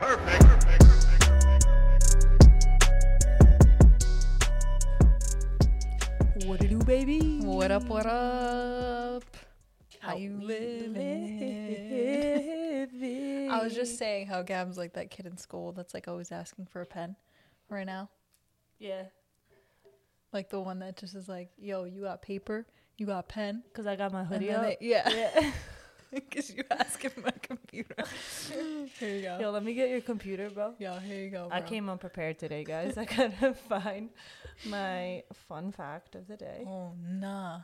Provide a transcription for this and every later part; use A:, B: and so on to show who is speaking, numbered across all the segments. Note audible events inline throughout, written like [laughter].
A: Perfect. Perfect.
B: What to do, baby?
C: What up, what up? How you living?
B: living?
C: I was just saying how Gab's like that kid in school that's like always asking for a pen right now.
D: Yeah,
C: Like the one that just is like, yo, you got paper? You got pen?
D: because I got my
C: And
D: hoodie
C: then
D: up.
C: they- yeah.
D: yeah.
C: [laughs] Because you ask him my computer. here you go.
D: Yo, let me get your computer, bro.
C: Yo, here you go.
D: I
C: bro.
D: came unprepared today, guys. [laughs] I gotta find my fun fact of the day.
C: Oh, nah.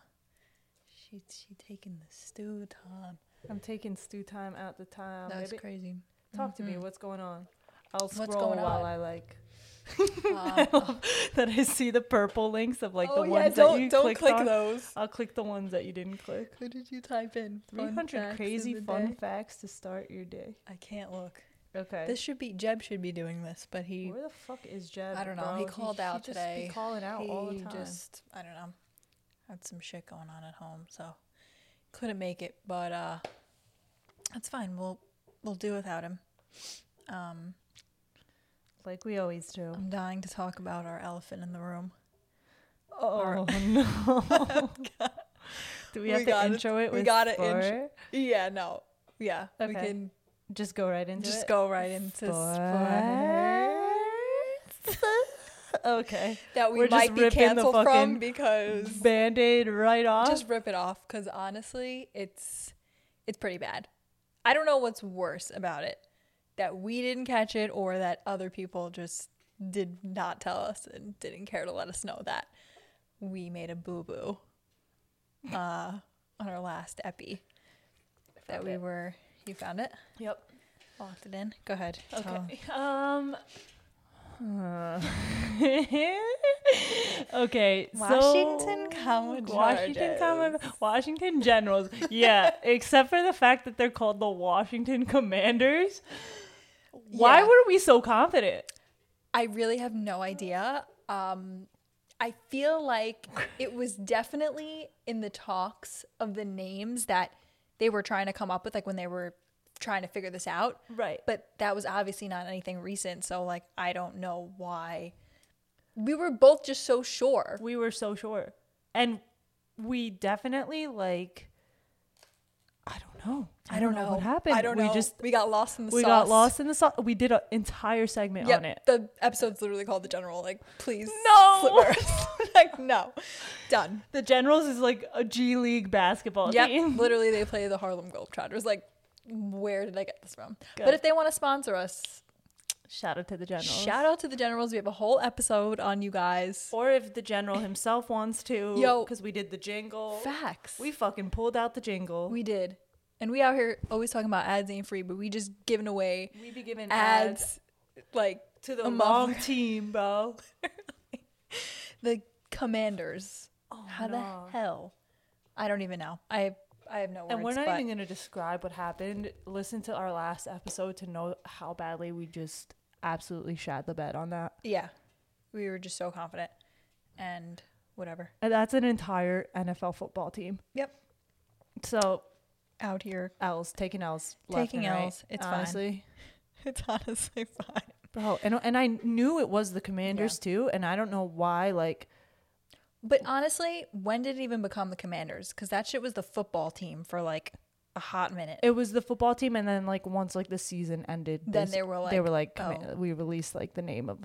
C: She, she taking the stew time.
D: I'm taking stew time out the time.
C: That's
D: baby.
C: crazy.
D: Talk to me.
C: Mhm. [laughs]
D: What's going on? I'll
C: What's going
D: scroll while
C: on?
D: I like [laughs]
C: Um,
D: that. I see the purple links of uh, like
C: oh,
D: the
C: yeah,
D: ones
C: don't,
D: that you
C: don't
D: clicked
C: click
D: on.
C: those.
D: I'll click the ones that you didn't click.
C: Who did you type in? Fun
D: 300
C: facts of
D: crazy
C: the
D: fun
C: day.
D: facts to start your day.
C: I can't look.
D: Okay.
C: This should be Jeb should be doing this, but he
D: Where the fuck is Jeb?
C: I don't know.
D: bro?
C: He called out
D: just be
C: today.
D: calling out all the
C: he
D: time.
C: just I don't know had some shit going on at home, so couldn't make it. But uh, that's fine. We'll we'll do without him. Um,
D: like we always do.
C: I'm dying to talk about our elephant in the
D: [laughs]
C: room. [laughs]
D: Oh no! [laughs] do we
C: We
D: have to
C: gotta-
D: intro it?
C: we
D: with
C: gotta
D: for?
C: intro- Yeah, no, yeah, we
D: Okay.
C: can
D: Just go right into
C: just
D: it.
C: go right into sports. [laughs]
D: okay.
C: that we
D: We're just
C: might be
D: ripping the
C: canceled
D: fucking
C: from because
D: Band aid right off.
C: just rip it off because honestly it's it's pretty bad i don't know what's worse about it that we didn't catch it or that other people just did not tell us and didn't care to let us know that we made a boo-boo uh, on our last epi that
D: found
C: we
D: it.
C: were you found it
D: yep.
C: locked it in go ahead tell 'em.
D: Okay.
C: [laughs]
D: Um. uh, okay.
C: washington
D: so-
C: comma
D: Washington
C: Chargers.
D: Command- Washington Generals.
C: [laughs]
D: Yeah, except for the fact that they're called the Washington Commanders. Why
C: Yeah.
D: were we so confident?
C: I really have no idea. Um, I feel
D: [laughs]
C: like it was definitely in the talks of the names that they were trying to come up with, like when they were trying to figure this out.
D: Right.
C: But that was obviously not anything recent. So, like, I don't know why. We were both just so sure.
D: We were so sure. And we definitely like I don't know. I, don't know. what happened.
C: I don't
D: we
C: know.
D: just
C: we got lost in the
D: we
C: sauce.
D: got lost in the sauce. We did an entire segment
C: Yep,
D: on it.
C: The episode's literally called The General. Like, please.
D: No.
C: Slippers. [laughs] like, no. Done.
D: [laughs] The Generals is like a G League basketball
C: Yeah,
D: team.
C: literally, they play the Harlem Globetrotters. Like, where did I get this from?
D: Good.
C: But if they want to sponsor us,
D: [laughs] Shout out to the Generals.
C: shout out to the Generals. We have a whole episode on you guys.
D: or if the general himself wants to,
C: [laughs] Yo.
D: because we did the jingle.
C: Facts.
D: We
C: We
D: fucking pulled out the jingle.
C: we did, and we out here always talking about ads ain't free, but we just giving away
D: We be giving
C: ads, like
D: to the
C: among
D: long team, bro.
C: the Commanders. How
D: Oh, no.
C: the hell? I don't even know. I I have no words.
D: And we're not
C: but
D: even gonna describe what happened. Listen to our last episode to know how badly we just absolutely shat the bed on that.
C: yeah, we were just so confident, and whatever.
D: And that's an entire NFL football team.
C: Yep,
D: So
C: out here, [laughs]
D: L's taking L's, left
C: Taking
D: and right,
C: Lls, it's fine.
D: honestly,
C: it's honestly fine.
D: bro. And and I knew it was the Commanders too, and I don't know why. Like
C: But honestly, when did it even become the Commanders? Because that shit was the football team for like a hot minute.
D: it was the football team, and then like once like the season ended,
C: Then
D: s-
C: they were
D: they
C: like,
D: were like comma-
C: oh.
D: we released like the name of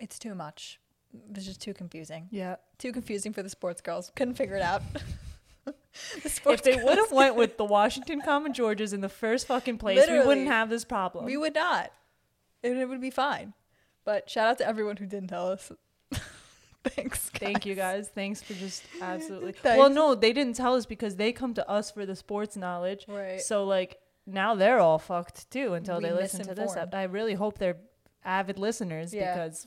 C: It's too much. It was just too confusing.
D: yeah.
C: Too confusing for the sports girls. Couldn't figure it out. [laughs] the
D: If
C: sports [laughs]
D: they would have
C: girls-
D: went with the Washington Common Georges in the first fucking place, we
C: Literally.
D: wouldn't have this problem.
C: we would not, and it would be fine. But shout out to everyone who didn't tell us. [laughs] Thanks.
D: Thank you guys. Thanks for
C: [laughs]
D: just absolutely.
C: Thanks.
D: well, no, they didn't tell us because they come to us for the sports knowledge.
C: Right.
D: So like now they're all fucked too until they
C: We
D: listen to this.
C: misinformed.
D: I really hope they're avid listeners
C: Yeah.
D: because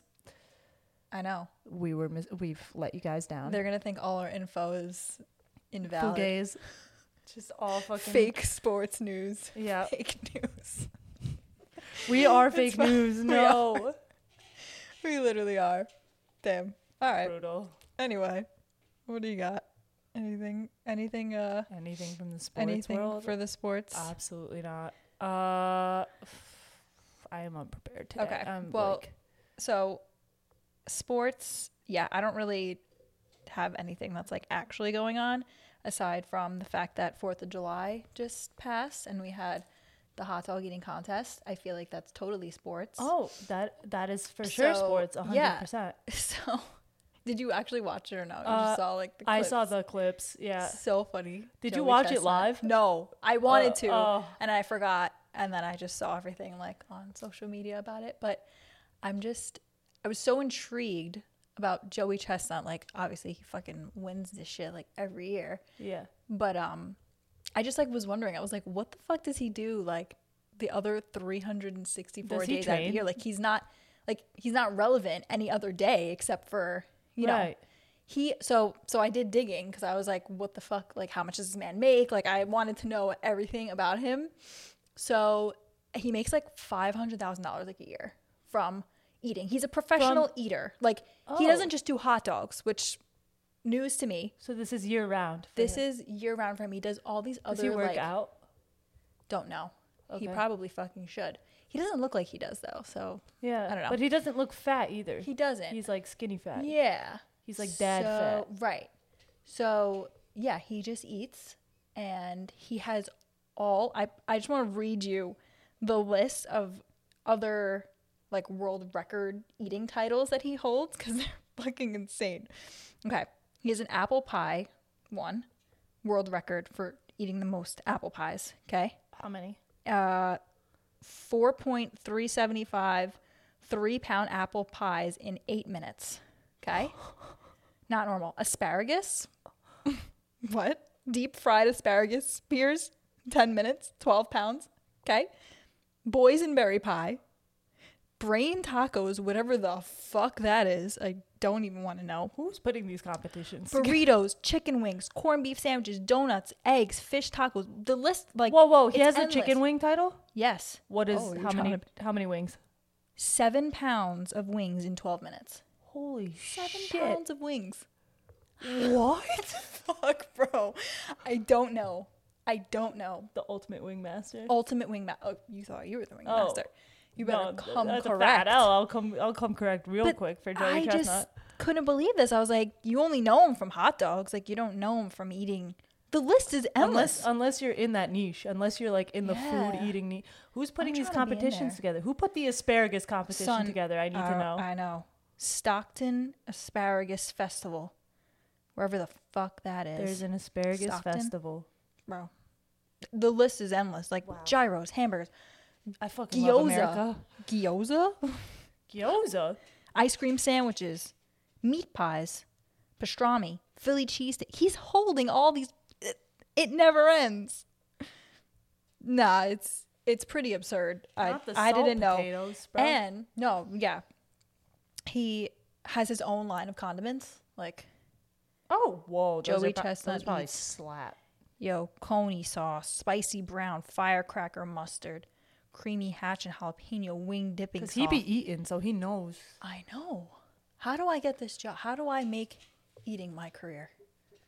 C: I know
D: we were mis- we've let you guys down.
C: they're gonna think all our info is invalid, [laughs]
D: Fugays. Just all fucking
C: fake sports news,
D: Yeah,
C: fake news.
D: [laughs] we are
C: It's
D: fake
C: fine.
D: news.
C: [laughs] We are.
D: No,
C: We literally are. Damn. All right.
D: brutal.
C: Anyway, what do you got? Anything? Anything? Uh,
D: Anything from the sports
C: anything
D: world?
C: for the sports?
D: Absolutely not. Uh, f- I am unprepared today.
C: Okay,
D: I'm,
C: well,
D: like-
C: So, sports, yeah, I don't really have anything that's like actually going on aside from the fact that 4th of July just passed and we had the hot dog eating contest. I feel like that's totally sports.
D: oh, that that is for sure
C: So,
D: sports. A hundred
C: yeah.
D: percent.
C: [laughs] So, did you actually watch it or no? You
D: Uh,
C: just saw like the
D: I saw
C: clips.
D: the clips. Yeah.
C: So funny.
D: Did you watch it live?
C: No, I wanted
D: Uh,
C: to,
D: oh.
C: and I forgot, and then I just saw everything like on social media about it. But I'm just, I was so intrigued about Joey Chestnut. Like, obviously, he fucking wins this shit like every year.
D: Yeah.
C: But um, I just like was wondering. I was like, what the fuck does he do? Like the other 364
D: Does he
C: days out of the
D: train?
C: year, like he's not, like he's not relevant any other day except for you know
D: right.
C: he so so i did digging because i was like what the fuck like how much does this man make like i wanted to know everything about him so he makes like $500000 like a year from eating he's a professional eater like he
D: Oh.
C: doesn't just do hot dogs which news to me
D: So this is year round. for
C: this
D: him.
C: is year round for him he does all these other
D: Does he work
C: like
D: out?
C: don't know he
D: Okay.
C: probably fucking should he doesn't look like he does though so
D: Yeah.
C: I don't know.
D: But he doesn't look fat either.
C: he doesn't
D: He's like skinny fat.
C: yeah
D: He's like dad
C: so,
D: fat.
C: Right. So yeah, he just eats and he has all I I just want to read you the list of other like world record eating titles that he holds cuz [laughs] they're fucking insane. Okay. He has an apple pie one world record for eating the most apple pies, okay?
D: How many?
C: Uh 4.375 three pound apple pies in eight minutes. Okay. Not normal. Asparagus. what? Deep fried asparagus spears, 10 minutes, 12 pounds. Okay. Boysenberry pie. Brain tacos, whatever the fuck that is. I don't even want to know.
D: Who's putting these competitions? together?
C: [laughs] Burritos, chicken wings, corned beef sandwiches, donuts, eggs, fish tacos. The list, like.
D: whoa, whoa! He
C: it's
D: has
C: endless.
D: a chicken wing title.
C: Yes.
D: What is
C: Oh, you're
D: how many
C: trying
D: how many wings?
C: Seven pounds of wings in 12 minutes.
D: Holy
C: Seven
D: shit!
C: pounds of wings. [laughs] What? Fuck, bro. I don't know. I don't know.
D: The ultimate wing master.
C: Ultimate wing ma- Oh, you thought you were the wing
D: Oh.
C: master. You better
D: No, th-
C: come
D: that's A
C: correct.
D: fat L. I'll come. I'll come correct real
C: But
D: quick for Joey
C: I
D: Chestnut.
C: just couldn't believe this. I was like, you only know him from hot dogs. Like, you don't know him from eating. The list is endless.
D: unless unless you're in that niche, unless you're like in the
C: Yeah.
D: food eating niche. Who's putting these
C: trying to be in
D: competitions
C: there.
D: together? Who put the asparagus competition
C: Son,
D: together? I need
C: I-
D: to know.
C: Oh, I know. Stockton Asparagus Festival. Wherever the fuck that is.
D: There's an asparagus
C: Stockton?
D: festival.
C: bro. The list is endless. Like gyros, hamburgers,
D: I fucking love
C: gyoza,
D: America.
C: gyoza,
D: Gyoza.
C: ice cream sandwiches, meat pies, pastrami, Philly cheese. sti- He's holding all these. It, it never ends. Nah, it's it's pretty absurd.
D: Not the
C: I I didn't
D: salt
C: know.
D: potatoes, bro.
C: And no, yeah, he has his own line of condiments. Like
D: Oh, whoa! Those
C: Joey
D: are pro-
C: Chestnut
D: those probably
C: eats-
D: slap.
C: Yo, coney sauce, spicy brown, firecracker mustard, creamy hatch and jalapeno wing dipping
D: Cause
C: sauce.
D: he be eating, so he knows.
C: I know. How do I get this job? How do I make eating my career?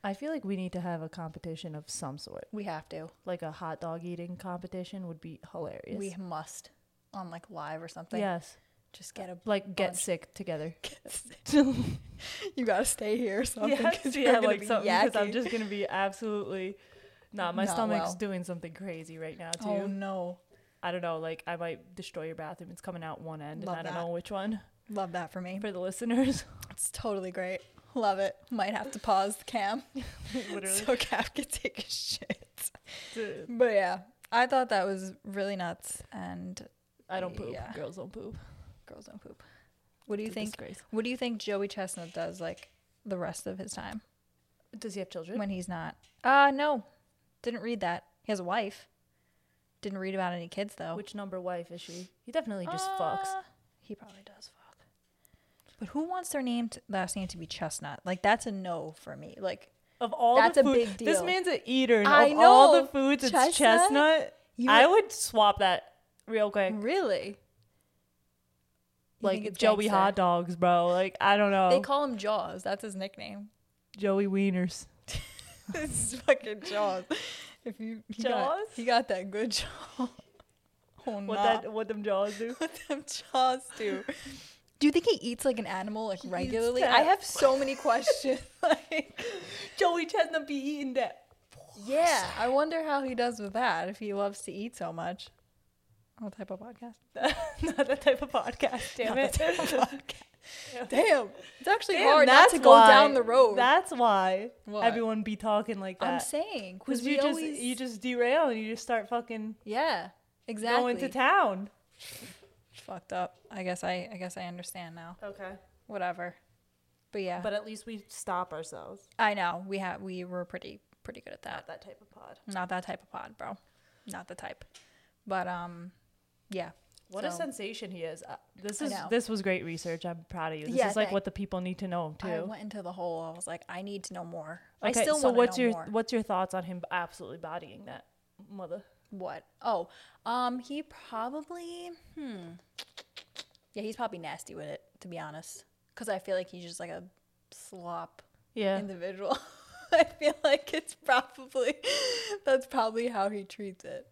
D: I feel like we need to have a competition of some sort.
C: We have to.
D: Like a hot dog eating competition would be hilarious.
C: We must on like live or something.
D: yes,
C: Just get a
D: like get
C: bunch.
D: sick together.
C: [laughs] You gotta stay here or something.
D: yes,
C: 'cause
D: yeah,
C: you're gonna
D: like
C: be
D: something because I'm
C: yakking.
D: just gonna be absolutely. Nah, my
C: Not
D: stomach's
C: well.
D: doing something crazy right now too.
C: Oh no.
D: I don't know, like I might destroy your bathroom. It's coming out one end,
C: Love
D: and I don't
C: that.
D: know which one
C: Love that for me.
D: for
C: [laughs]
D: the listeners. [laughs]
C: It's totally great. Love it. Might have to pause the cam [laughs]
D: Literally,
C: so Cap can take a shit.
D: Dude,
C: But yeah, I thought that was really nuts. And
D: I don't poop.
C: Yeah.
D: Girls don't poop.
C: girls don't poop. What do you
D: It's a
C: think?
D: disgrace.
C: What do you think Joey Chestnut does like the rest of his time
D: Does he have children?
C: when he's not? Uh no, didn't read that. He has a wife. Didn't read about any kids though.
D: Which number wife is she? He definitely just fucks.
C: Uh, He probably does fuck. But who wants their name to, last name to be Chestnut? Like that's a no for me. Like
D: Of all
C: That's a
D: the food,
C: big
D: this
C: deal.
D: man's an eater. And
C: I
D: of all
C: know.
D: the foods, it's
C: Chestnut?
D: chestnut.
C: You
D: I
C: would-
D: would swap that real quick.
C: really. You think
D: Like
C: it's
D: Joey
C: gangster?
D: hot dogs, bro. Like I don't know.
C: They call him Jaws. That's his nickname. [laughs]
D: Joey wieners.
C: this is fucking Jaws. If you he got-
D: Jaws?
C: [laughs] he got that good jaw. Oh,
D: what
C: nah.
D: that what them jaws do.
C: what them jaws do. Do you think he eats like an animal like
D: eats
C: regularly?
D: that.
C: I have so many questions. [laughs] like,
D: [laughs] Joey Chestnut be eating that. [laughs]
C: yeah, I wonder how he does with that if he loves to eat so much. What type of podcast?
D: Not that type of podcast, damn
C: Not
D: it.
C: that Damn, it's actually
D: Damn,
C: hard not to go
D: why-
C: down the road.
D: That's why
C: What?
D: everyone be talking like
C: I'm
D: that.
C: saying
D: Because
C: because
D: you
C: we
D: just
C: always
D: you just derail and you just start fucking
C: yeah exactly
D: going to town.
C: fucked up. I guess I I guess I understand now.
D: Okay.
C: Whatever, but yeah,
D: But at least we stop ourselves.
C: I know we have we were pretty pretty good at that.
D: Not that type of pod.
C: Not that type of pod, bro. Not the type. But um, yeah.
D: What a
C: So,
D: sensation he is. Uh, this
C: I
D: is
C: know.
D: this was great research. I'm proud of you. This
C: Yeah,
D: is like
C: thank-
D: what the people need to know too.
C: I went into the hole. I was like, I need to know more. I
D: okay,
C: still
D: so
C: want
D: what's
C: to know
D: your
C: more.
D: what's your thoughts on him absolutely bodying that mother?
C: What? Oh, um, he probably. Hmm. Yeah, he's probably nasty with it, to be honest. Because I feel like he's just like a slop
D: Yeah.
C: individual. [laughs] I feel like it's probably that's probably how he treats it.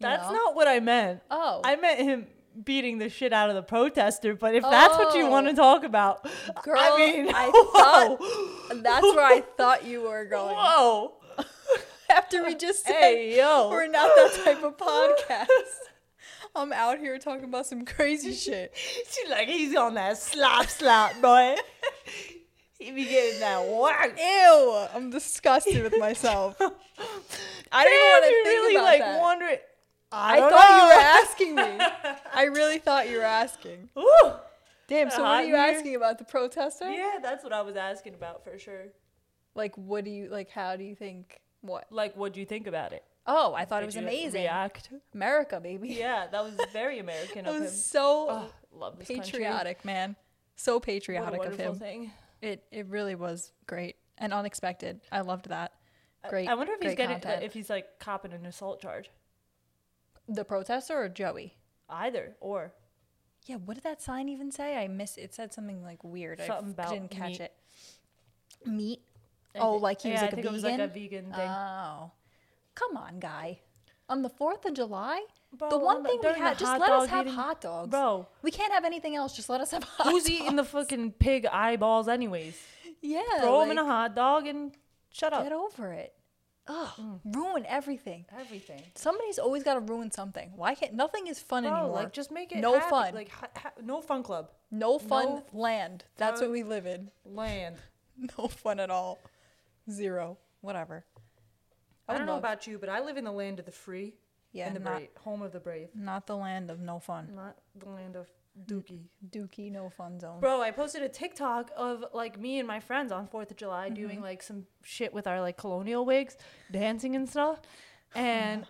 C: you
D: That's
C: know?
D: not what I meant.
C: Oh,
D: I meant him beating the shit out of the protester, but if that's what you want to
C: Oh.
D: talk about,
C: girl.
D: I mean, [laughs]
C: I
D: whoa,
C: thought that's where I thought you were going.
D: whoa.
C: After we just said
D: Hey, yo.
C: [laughs] we're not that type of podcast. [laughs] I'm out here talking about some crazy shit.
D: She like he's on that slop slop, boy. [laughs] he be getting that whack.
C: Ew! I'm disgusted with
D: [laughs]
C: myself. I didn't
D: Damn,
C: want to
D: you
C: think
D: really
C: about
D: like
C: that.
D: wondering. I,
C: I
D: don't
C: thought you were asking me. I really thought you
D: [laughs]
C: were asking.
D: know. you were. Ooh.
C: Damn. So
D: hot
C: what are
D: in
C: you
D: here?
C: asking about the protester?
D: Yeah, that's what I was asking about for sure.
C: Like, what do you like? How do you think? What?
D: Like, what do you think about it?
C: Oh, I thought
D: Did
C: it was
D: you uh,
C: amazing.
D: React.
C: America, baby.
D: Yeah, that was very American
C: [laughs] It
D: of him.
C: was so
D: Oh, love this country.
C: patriotic, man. So
D: What a
C: patriotic of
D: wonderful
C: him.
D: thing.
C: It it really was great and unexpected. I loved that.
D: I-
C: Great.
D: I wonder if he's
C: great
D: getting uh,
C: content.
D: if he's like copping an assault charge.
C: the protester or Joey.
D: Either or.
C: Yeah, what did that sign even say? I miss it said something like weird.
D: Something
C: I f-
D: about
C: didn't catch
D: meat.
C: it. Meat.
D: I
C: Oh,
D: thi-
C: like he was
D: yeah,
C: like
D: I
C: a
D: think
C: vegan.
D: it was like a vegan thing.
C: Oh, come on, guy. On the Fourth of July,
D: Bro,
C: the one
D: on the-
C: thing we
D: during the
C: had just
D: hot
C: let
D: dog
C: us have
D: eating-
C: hot dogs,
D: Bro.
C: We can't have anything else. Just let us have hot.
D: Who's
C: dogs.
D: eating the fucking pig eyeballs anyways?
C: [laughs] Yeah,
D: Throw them in
C: like,
D: a hot dog Mm. and shut up.
C: Get over it. Ugh, ruin everything.
D: Everything.
C: Somebody's always got to ruin something. Why can't nothing is fun
D: Bro,
C: anymore?
D: like just make it
C: no
D: happy,
C: fun.
D: Like ha- ha- no fun club.
C: no fun
D: no
C: land. That's
D: fun.
C: what we live in.
D: Land.
C: [laughs] No fun at all. Zero. Whatever.
D: I,
C: would
D: don't know
C: love-
D: about you, but I live in the land of the free.
C: Yeah,
D: and the
C: not-
D: brave, home of the brave,
C: Not the land of no fun.
D: not the land of dookie.
C: Mm-hmm. Dookie no fun zone.
D: Bro, I posted a TikTok of like me and my friends on Fourth of July
C: Mm-hmm.
D: doing like some shit with our like colonial wigs, dancing and stuff,
C: [sighs]
D: and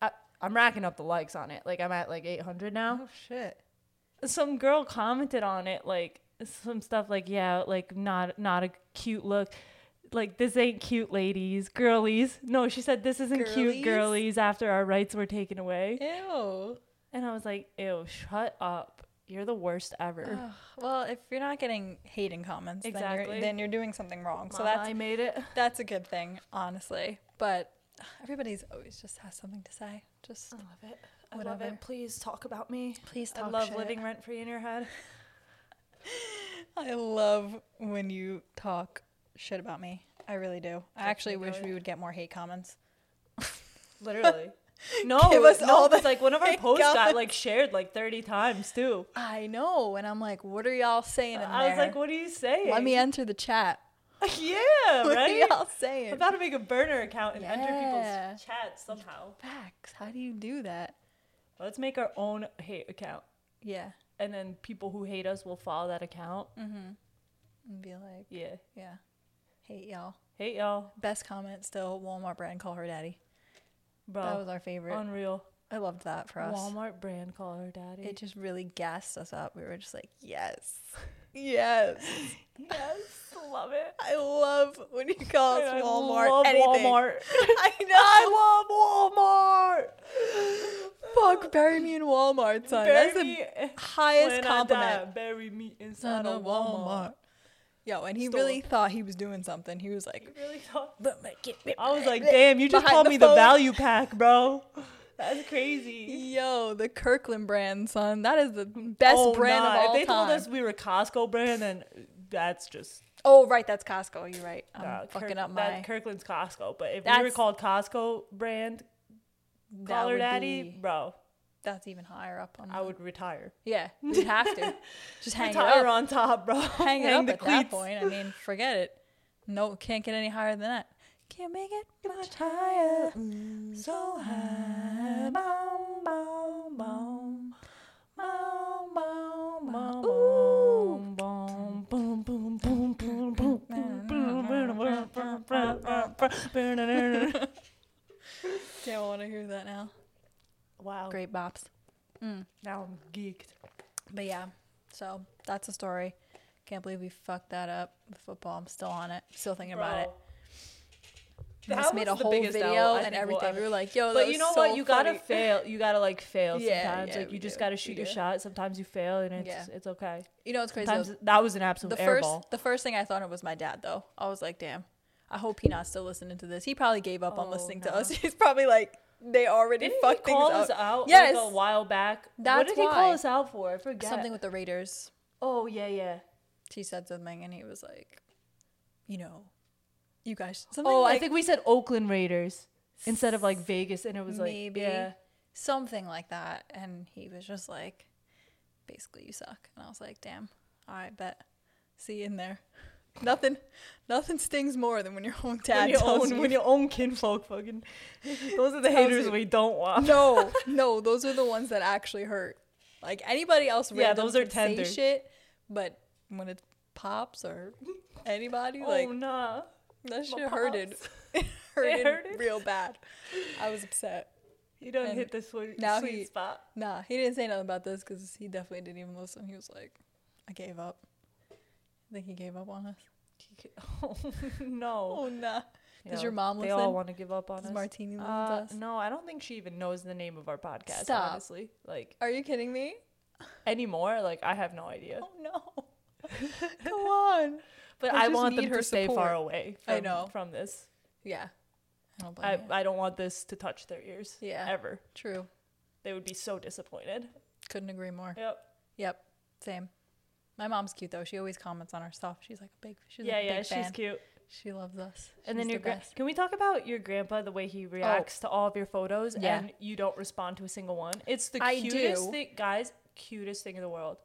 D: I, I'm racking up the likes on it. Like I'm at like 800 now.
C: Oh shit.
D: Some girl commented on it like some stuff like yeah, like not not a cute look. Like this ain't cute, ladies, girlies. No, she said this isn't
C: Girlies?
D: cute, girlies. After our rights were taken away,
C: Ew.
D: and I was like, ew, shut up. You're the worst ever.
C: Well, if you're not getting hating comments, then,
D: Exactly.
C: you're, then you're doing something wrong. So
D: Mama,
C: that's
D: I made it.
C: that's a good thing, honestly. But everybody's always just has something to say. Just
D: I love it. I love
C: Whatever.
D: it. Please talk about me.
C: please
D: I
C: talk
D: love
C: shit.
D: living rent free in
C: [laughs]
D: your head.
C: I love when you talk shit about me. I really do. I
D: That's
C: actually
D: my
C: wish
D: goal.
C: we would get more hate comments.
D: Literally. [laughs] No,
C: Give us
D: no,
C: all the
D: 'cause, like one
C: [laughs]
D: of our
C: hate
D: posts got
C: comments.
D: like shared like thirty times too.
C: I know, and I'm like, what are y'all saying in
D: I was
C: there?
D: like, what are you saying?
C: Let me enter the chat.
D: [laughs]
C: [laughs]
D: yeah,
C: What are
D: right.
C: y'all
D: I'm
C: saying?
D: about to make a burner account and enter
C: Yeah.
D: people's chats somehow.
C: Facts. How do you do that?
D: Let's make our own hate account,
C: Yeah.
D: and then people who hate us will follow that account.
C: Mm. And be like,
D: Yeah,
C: yeah, hate y'all.
D: hate y'all,
C: Best comment still Walmart brand call her daddy.
D: bro.
C: that was our favorite.
D: unreal.
C: I loved that for us.
D: Oh. Walmart brand caller daddy.
C: It just really gassed us up. We were just like, yes, yes.
D: [laughs] yes, love it.
C: I love when you call us
D: I
C: Walmart.
D: love
C: anything.
D: Walmart.
C: [laughs] I know.
D: I love Walmart.
C: Fuck, bury me in Walmart, son.
D: Bury
C: That's the
D: me
C: highest
D: when I
C: compliment.
D: die, bury me
C: Son
D: inside
C: of
D: a Walmart.
C: Walmart. Yo, and he
D: Stole.
C: really thought he was doing something. He was like, [laughs]
D: Really thought-
C: "But my kid-
D: I was like, damn, you just
C: Behind
D: called
C: the
D: me the
C: phone.
D: value pack, bro. [laughs] That's crazy.
C: Yo, the Kirkland brand, son. That is the best
D: Oh,
C: brand
D: nah,
C: of all
D: If they
C: time.
D: told us we were Costco brand, then that's just
C: oh, right, that's Costco. You're right. I'm
D: nah,
C: fucking
D: Kirk-
C: up
D: that-
C: my.
D: Kirkland's Costco. But if we were
C: That's-
D: called Costco brand
C: that
D: Caller
C: would
D: Daddy,
C: be-
D: bro,
C: that's even higher up. On
D: I
C: the-
D: would retire.
C: Yeah, you'd have
D: [laughs]
C: to. Just hang it
D: retire
C: up.
D: on top, bro.
C: hang it up
D: the
C: at that
D: cleats.
C: point. I mean, forget it. No, can't get any higher than that. Can't make
D: [laughs]
C: it much higher.
D: So high. Boom, boom, boom. Boom,
C: Ooh.
D: boom, boom, boom, boom, boom, boom, boom, boom, boom, boom, boom, boom, boom.
C: Yeah, I want to hear that now.
D: Wow.
C: Great bops.
D: Now I'm geeked.
C: But yeah, so that's the story. Can't believe we fucked that up with football. I'm still on it. Still thinking about it. We
D: That
C: just made a
D: was the
C: whole
D: biggest
C: video
D: L I
C: and
D: think we'll
C: everything.
D: ever-
C: we were like,
D: [laughs]
C: yo, that
D: But you
C: was
D: know
C: so
D: what? You gotta
C: funny.
D: fail. You gotta like [laughs] fail
C: Yeah,
D: sometimes.
C: yeah,
D: like
C: we
D: you just
C: do,
D: gotta
C: we
D: shoot your
C: do.
D: shot. Sometimes you fail, and it's
C: Yeah.
D: it's okay.
C: You know what's crazy? though?
D: Sometimes that was an absolute
C: the
D: airball.
C: first the first thing I thought of was my dad though. I was like, damn. I hope he not still listening to this. He probably gave up on
D: Oh,
C: listening
D: no.
C: to us. [laughs] He's probably like, they already
D: Didn't
C: fucked
D: he call
C: things
D: us
C: up.
D: out
C: Yes.
D: like a while back? what
C: That's
D: did he call
C: why.
D: us out for? I forget.
C: Something with the Raiders.
D: Oh yeah, yeah.
C: He said something and he was like, you know, you guys. Something
D: Oh, I
C: like-
D: think we said Oakland Raiders instead of like Vegas, and it was like
C: maybe
D: yeah.
C: something like that and he was just like basically you suck and i was like damn all right bet see you in there [laughs] nothing nothing stings more than when your own dad
D: When your
C: tells
D: own
C: you
D: when
C: [laughs]
D: your own kinfolk [laughs] fucking. Those are the
C: Tells
D: haters
C: you.
D: we don't [laughs] want.
C: no no those are the ones that actually hurt like anybody else
D: Yeah,
C: random
D: those are
C: could say
D: tender.
C: shit but when it pops or
D: [laughs]
C: anybody like
D: oh nah.
C: that
D: my
C: shit hurted [laughs]
D: pops.
C: hurted,
D: hurted.
C: real bad i was upset
D: You don't
C: And
D: hit the sweet,
C: now
D: sweet
C: he-
D: spot.
C: Nah, he didn't say nothing about this because he definitely didn't even listen. He was like, I gave up. I think he gave up on us.
D: [laughs] Oh no.
C: Oh, nah. Does
D: Yeah,
C: your mom
D: They all
C: listen?
D: want to give up on
C: Does
D: us.
C: Martini listen to
D: Uh,
C: us?
D: No, I don't think she even knows the name of our podcast.
C: Stop.
D: Honestly, like
C: Are you kidding me?
D: anymore, like I have no idea.
C: Oh, no.
D: [laughs]
C: Come on.
D: But
C: I
D: I
C: just
D: want
C: need
D: them
C: her
D: to stay far
C: support.
D: away. From,
C: I know.
D: from this.
C: Yeah. I don't blame
D: I,
C: you.
D: I don't want this to touch their ears.
C: Yeah.
D: Ever.
C: True.
D: They would be so disappointed.
C: Couldn't agree more.
D: Yep.
C: Yep. Same. My mom's cute, though. She always comments on our stuff. She's like a big, she's
D: yeah,
C: a big
D: yeah.
C: fan.
D: She's cute.
C: She loves us.
D: And then
C: She's
D: your
C: the
D: gra-
C: best. Oh.
D: can we talk about your grandpa the way he reacts to all of your photos
C: Yeah.
D: and you don't respond to a single one? It's the
C: I
D: cutest
C: do.
D: thing, guys. Cutest thing in the world.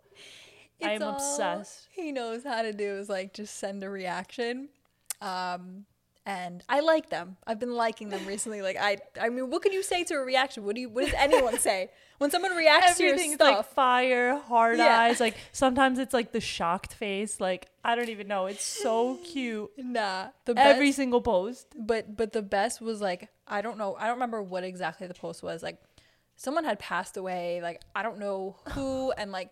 D: I
C: It's
D: am
C: all
D: obsessed.
C: He knows how to do is like just send a reaction. Um and I like them. I've been liking them recently. Like I I mean, what can you say to a reaction? What do you what does anyone say? When someone reacts to your
D: Everything's like
C: stuff,
D: fire, hard
C: Yeah.
D: eyes. Like sometimes it's like the shocked face. Like I don't even know. It's so cute.
C: nah. The best,
D: Every single post.
C: but but the best was like I don't know. I don't remember what exactly the post was. Like someone had passed away. Like I don't know [sighs] who and like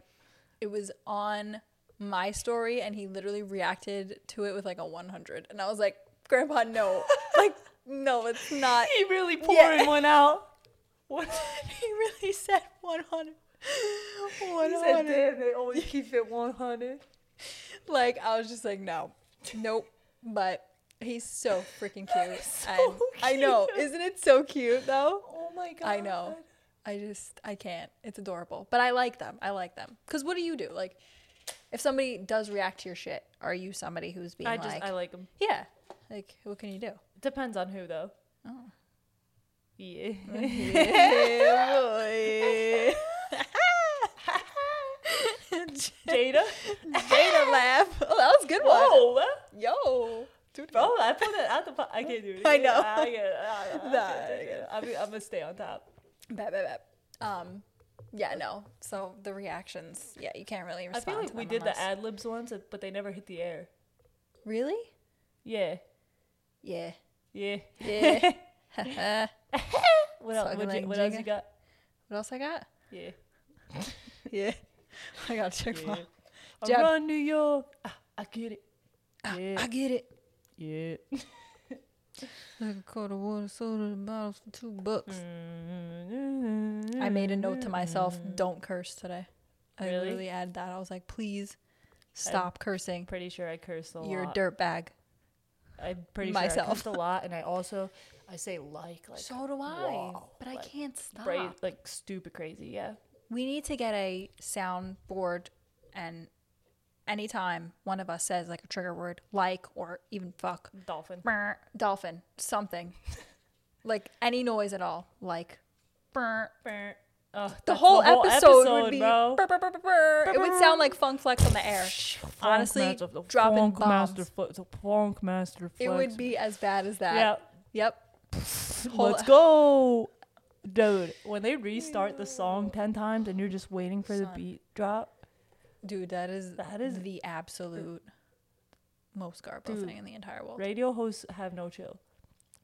C: it was on my story and he literally reacted to it with like a 100 and I was like, "Grandpa, [laughs] no." like no, it's not.
D: [laughs] He really pouring one out. [laughs] What?
C: [laughs] he really said 100.
D: He
C: 100.
D: "Damn, they always keep it 100."
C: like I was just like, no, nope. But he's so [laughs] freaking cute.
D: So
C: And I know,
D: cute.
C: isn't it so cute though?
D: Oh my god.
C: I know. I just I can't. It's adorable, but I like them. I like them. Cause what do you do? Like, if somebody does react to your shit, are you somebody who's being
D: I
C: like,
D: just I like him.
C: yeah, like what can you
D: [laughs]
C: do?
D: Depends on who though.
C: Oh.
D: Yeah. [laughs]
C: [laughs] Yeah, boy.
D: Jada.
C: Jada laugh. Oh, that was a good one.
D: [laughs] Whoa.
C: Yo, dude,
D: Bro, I put it out the. Po- [laughs] I can't do it.
C: I know.
D: I can't- I- I- I
C: Nah,
D: can't
C: I
D: do it. I'm, I'm gonna stay on top.
C: Bap, bap, bap. Um, yeah, no. So the reactions, yeah, you can't really
D: I
C: respond.
D: feel like
C: to
D: we
C: them
D: did the
C: unless-
D: ad libs once, but they never hit the air.
C: Really?
D: Yeah. [laughs]
C: Yeah.
D: Yeah.
C: Yeah. [laughs] what
D: What else?
C: Fucking
D: What,
C: like
D: you, what else you
C: Jigga.
D: got?
C: else I got? [laughs]
D: Yeah.
C: Yeah. I got Chick
D: yeah.
C: Fil.
D: I
C: Jab-
D: run New York. Ah, I get it.
C: I
D: Yeah.
C: get it.
D: Yeah.
B: Like a quart of water, soda, the bottles for two bucks.
C: I made a note to myself: don't curse today. I
D: Mm-hmm. Really?
C: literally added that. I was like, please stop cursing.
D: Pretty sure I cursed a
C: You're a
D: lot.
C: dirtbag.
D: I'm pretty sure I
C: Myself.
D: cussed a lot, and I also I say like like
C: so do I.
D: wow,
C: but I
D: like,
C: can't stop.
D: bra- like stupid crazy. Yeah,
C: We need to get a soundboard and anytime one of us says like a trigger word like or even fuck
D: dolphin.
C: brr, dolphin
D: [laughs]
C: something like any noise at all like brr.
D: Brr. Oh, that's
C: the whole, episode, would be
D: bro.
C: brr, brr, brr, brr, brr. it would sound like funk flex on the air honestly
D: Funk master, the
C: dropping
D: funk
C: bombs
D: master flex, the funk master flex.
C: it would be as bad as that
D: yeah.
C: yep Whole-
D: Let's go, dude. When they restart the song ten times and you're just waiting for the
C: Son.
D: beat drop,
C: dude that is
D: That is-
C: the absolute most garbo
D: Dude.
C: thing in the entire world
D: radio hosts have no chill.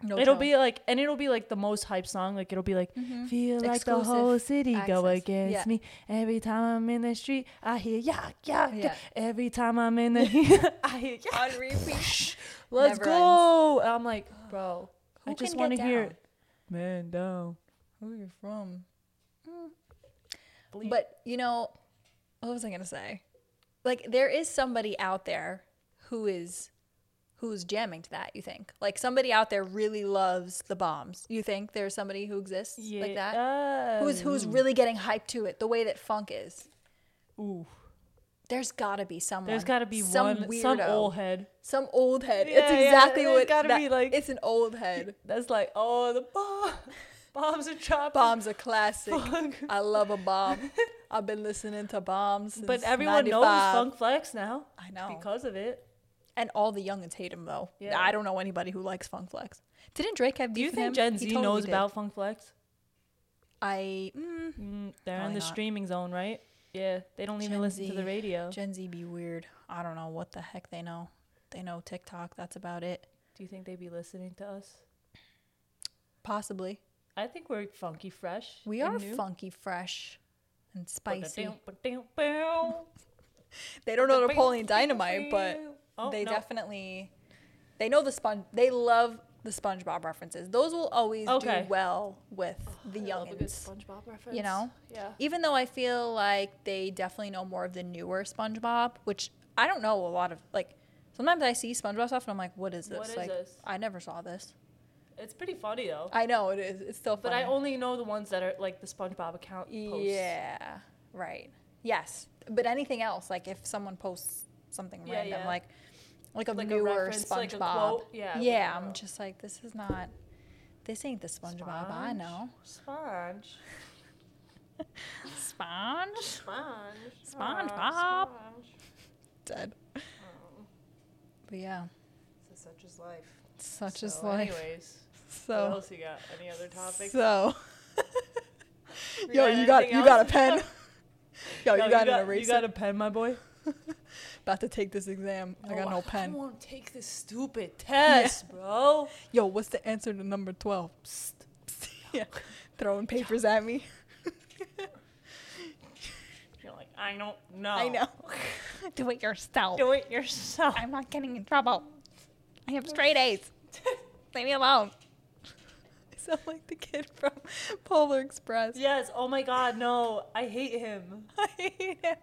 C: no
D: it'll
C: chill. Mm-hmm.
D: be like, and it'll be like the most hype song. Like it'll be like, feel like the
C: Exclusive
D: whole city go
C: access.
D: against
C: Yeah.
D: me. Every time I'm in the street, I hear yak yak.
C: Yeah.
D: yak. Every time I'm
C: [laughs]
D: in the, [laughs] I hear yak.
C: on repeat
D: Let's
C: Never
D: go. And I'm like, bro, I
C: Who
D: just
C: can
D: want to
C: get
D: hear.
C: down?
D: Man down.
C: who are you from
D: Bleep.
C: But you know, what was I gonna say? Like there is somebody out there who is who's jamming to that. You think like somebody out there really loves the bombs. You think there's somebody who exists like that who's
D: Um,
C: who's really getting hyped to it the way that funk is.
D: Ooh.
C: There's gotta be someone.
D: There's got to be
C: some
D: one, some
C: weirdo,
D: old head.
C: some old head.
D: Yeah,
C: it's
D: yeah,
C: exactly
D: there's
C: what
D: gotta
C: that-
D: be, like-
C: It's an old
D: [laughs]
C: head.
D: That's like, oh, the bomb. [laughs] bombs are dropping.
C: Bombs a classic.
D: Funk.
C: I love a
D: [laughs]
C: bomb. I've been listening to bombs. Since Oh.
D: But everyone
C: 95.
D: knows Funk Flex now
C: I know.
D: because of it.
C: And all the youngins hate him though.
D: Yeah.
C: I don't know anybody who likes Funk Flex. Didn't Drake have beef
D: Do you
C: with
D: think
C: him?
D: Gen
C: He
D: Z
C: totally
D: knows
C: did.
D: about Funk Flex?
C: I mm,
D: Mm, they're in
C: Probably
D: the
C: not.
D: streaming zone, right? Yeah, they don't even
C: Gen
D: listen to
C: Z.
D: the radio.
C: Gen Z be weird. I don't know what the heck they know. They know TikTok. That's about it.
D: Do you think they be listening to us?
C: Possibly.
D: I think we're funky fresh.
C: We
D: and
C: are
D: new.
C: funky, fresh, and spicy.
D: Don't
C: They don't know Napoleon Dynamite, but
D: Oh,
C: they definitely they know the sponge. They love the SpongeBob references. Those will always
D: Okay. Oh,
C: do well with the youngins.
D: SpongeBob reference.
C: You know.
D: Yeah.
C: even though I feel like they definitely know more of the newer SpongeBob, which I don't know a lot of. Like sometimes I see SpongeBob stuff and I'm like, what is this?
D: What is
C: like
D: this?
C: I never saw this.
D: It's pretty funny though.
C: I know it is. It's still funny.
D: But I only know the ones that are like the SpongeBob account posts.
C: yeah right yes. But anything else like if someone posts something
D: Yeah,
C: random
D: yeah.
C: like like a
D: Like a
C: newer
D: reference, like a
C: SpongeBob,
D: quote? Yeah,
C: yeah,
D: we don't know.
C: I'm just like this is not. This ain't the SpongeBob I
D: Sponge.
C: know.
D: Sponge.
C: Sponge
D: Sponge.
C: SpongeBob.
D: Ah, Sponge.
C: dead. But yeah,
D: So such is life.
C: such is
D: So
C: life. [laughs]
D: Anyways,
C: so.
D: what else you got? Any other topics?
B: So,
C: [laughs]
D: We
B: yo, you got
D: anything
B: you got a
D: else?
B: pen. yo,
D: Yo,
B: you got an
D: You
B: eraser.
D: got a pen, my boy. Oh,
B: About to take this exam. I got no
D: I
B: pen.
D: want to take this stupid test, bro.
B: Yo, what's the answer to number twelve? Psst. Psst. [laughs] yeah, throwing papers at me.
D: You're like, I don't know.
B: I know. Oh. [laughs] Do it yourself.
D: Do it yourself.
B: I'm not getting in trouble. I have straight [laughs] A's. Leave me alone. I sound like the kid from [laughs] Polar Express.
D: Yes. Oh my God. No, I hate him.
B: [laughs] I hate it.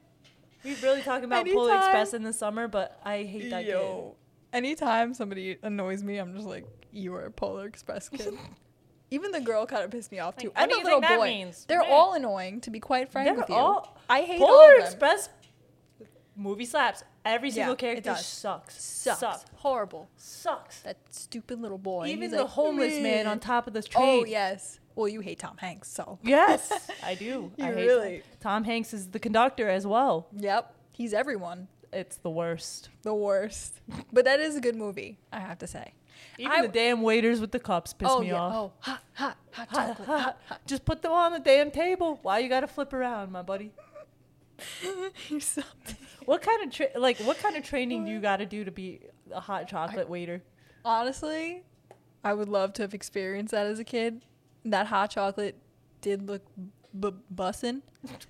D: We really talking about Polar
B: Anytime.
D: Express in the summer, but I hate that kid.
B: Yo, anytime somebody annoys me, I'm just like, you are a Polar Express [laughs] kid. Even the girl kind of pissed me off too.
D: Like, what
B: and
D: do
B: the
D: you
B: little
D: think that
B: boy.
D: means?
B: They're
D: Right.
B: all annoying, to be quite frank
D: They're
B: with you.
D: all-
B: I hate all
D: Polar
B: of them.
D: Express movie slaps. Every single
C: it
D: character
C: does.
D: sucks.
C: Sucks.
D: Sucks.
C: Horrible.
D: Sucks.
C: That stupid little boy.
D: Even
C: He's
D: the
C: like,
D: homeless man
B: "Meh."
D: on top of the train.
C: Oh yes. Well, you hate Tom Hanks, so
D: Yes,
C: [laughs]
D: I do. I
B: You
D: hate
B: really-
D: Tom. Tom Hanks is the conductor as well.
C: yep. He's everyone.
D: It's the worst.
C: The worst. but that is a good movie, I have to say.
D: Even
C: I-
D: the damn waiters with the cups piss
C: oh
D: me
C: yeah.
D: off.
C: Oh, hot, hot, hot
D: Ha,
C: chocolate.
D: ha,
C: hot, [laughs]
D: ha.
C: hot.
D: Just put them on the damn table. Why you gotta flip around, my buddy?
B: You're something.
D: What kind of tra- like what kind of training do you gotta do to be a hot
C: [laughs]
D: chocolate waiter?
C: Honestly, I would love to have experienced that as a kid. That hot chocolate did look b- bussin'
D: [laughs]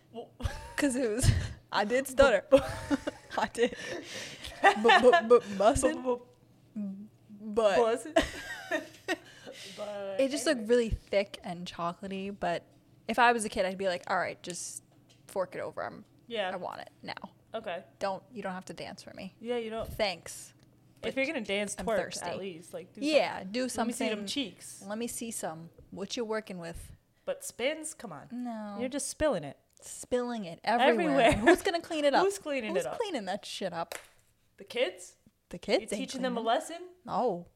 C: because it was. [laughs] I did stutter. [laughs] I
D: [laughs]
C: did. B- b- b- bussin', but
D: Buzzing.
C: [laughs] it just looked really thick and chocolatey. But if I was a kid, I'd be like, "All right, just fork it over. I'm, I
D: yeah.
C: want it now.
D: Okay.
C: Don't you don't have to dance for me.
D: Yeah, you know.
C: Thanks."
D: if you're gonna dance
C: I'm
D: twerk,
C: thirsty.
D: at least like do
C: yeah, do
D: something. Let me see
C: something.
D: them cheeks.
C: Let me see some. What you working with?
D: But spins, come on,
C: No.
D: you're just spilling it.
C: spilling it everywhere.
D: Everywhere.
C: Who's gonna clean
D: [laughs]
C: it up?
D: Who's cleaning
C: Who's
D: it up?
C: cleaning that shit up?
D: The kids,
C: The kids.
D: you
C: ain't
D: teaching them a
C: cleaning
D: lesson?
C: it. No,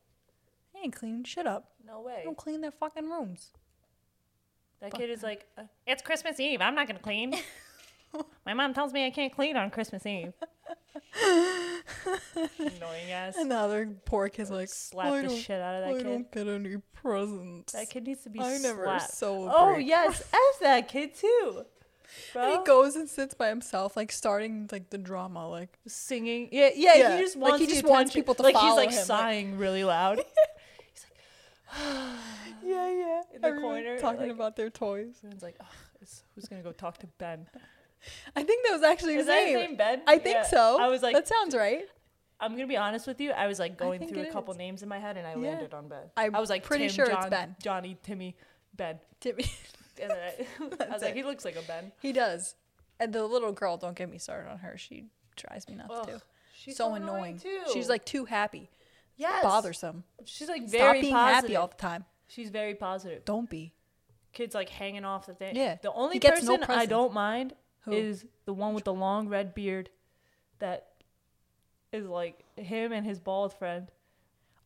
C: they ain't cleaning shit up.
D: No way.
C: They don't clean their fucking rooms.
D: That kid is like, uh, it's Christmas Eve. I'm not
C: [laughs]
D: gonna clean. My mom tells me I can't clean on Christmas Eve. Annoying ass.
C: And the other poor kid's like,
D: Slap the shit out of that kid.
C: get any presents.
D: That kid needs to be
C: I never
D: slapped.
C: celebrate
D: Oh yes, f that kid too.
C: And
D: Bro,
C: he goes and sits by himself, like starting like the drama, like
D: singing. Yeah, yeah,
C: Yeah,
D: He just
C: like,
D: wants.
C: he
D: the
C: just wants
D: attention.
C: people to
D: like
C: follow
D: he's like
C: him, like-
D: sighing
C: [laughs]
D: really loud. [sighs]
C: yeah, yeah,
D: In the corner,
C: talking
D: like-
C: about their toys.
D: Someone's like, oh, it's, who's gonna go talk to Ben?
C: I think that was actually his
D: Is that his
C: name.
D: name, Ben?
C: I think
D: Yeah.
C: so.
D: I was like,
C: that sounds right.
D: I'm gonna be honest with you. I was like going
C: think
D: through
C: it
D: a couple names in my head, and I
C: Yeah.
D: landed on Ben.
C: I'm
D: I was like,
C: pretty
D: Tim,
C: sure it's
D: John,
C: Ben. [laughs]
D: Johnny, Timmy, Ben.
C: Timmy.
D: And then I, [laughs] I was
C: That's
D: like,
C: it.
D: he looks like a Ben.
C: He does. And the little girl, don't get me started on her. She drives me nuts
D: Ugh,
C: too.
D: she's
C: so
D: so
C: annoying.
D: annoying, too.
C: She's like too happy.
D: Yes.
C: Bothersome.
D: She's like
C: Stop
D: very
C: being
D: positive.
C: happy all the time.
D: She's very positive.
C: Don't be.
D: Kids like hanging off the thing.
C: Yeah.
D: The only
C: He gets no
D: person I
C: presents.
D: don't mind
C: Who?
D: is the one with the long red beard, that is like him and his bald friend.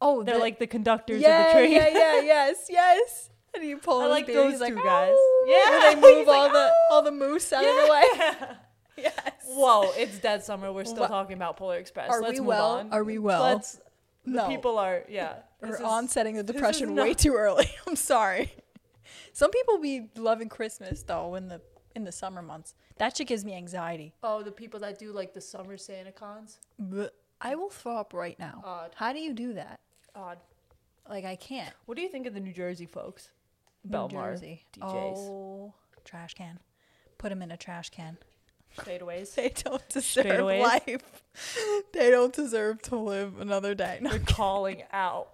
C: Oh,
D: They're
C: the-
D: like the conductors
C: yeah,
D: of the train.
C: yeah, yeah, yes, yes. And he pulls.
D: I like
C: his beard,
D: those
C: he's
D: two
C: like,
D: guys.
C: "Oh,"
D: Yeah, [laughs]
C: and they move
D: he's like,
C: all the all the moose out of the
D: [laughs]
C: way. [laughs] Yes.
D: [laughs] Whoa, it's dead summer. We're still
C: Wha-
D: talking about Polar Express.
C: Are
D: Let's
C: we
D: move
C: well?
D: on.
C: Are we well?
D: Let's, the
C: No.
D: people are. Yeah.
C: We're
D: This is-
C: on setting the depression way
D: not-
C: too early. [laughs] I'm sorry. Some people be loving Christmas though in the in the summer months. That shit gives me anxiety.
D: Oh, the people that do like the summer Santa cons.
C: Blech. I will throw up right now.
D: Odd.
C: How do you do that?
D: Odd.
C: Like I can't.
D: What do you think of the New Jersey folks?
C: New
D: Belmar
C: Jersey.
D: DJs.
C: Oh, trash can. Put him in a trash can.
D: Fadeaways.
C: They don't deserve
D: Straightaways.
C: life. they don't deserve to live another day. No,
D: They're calling out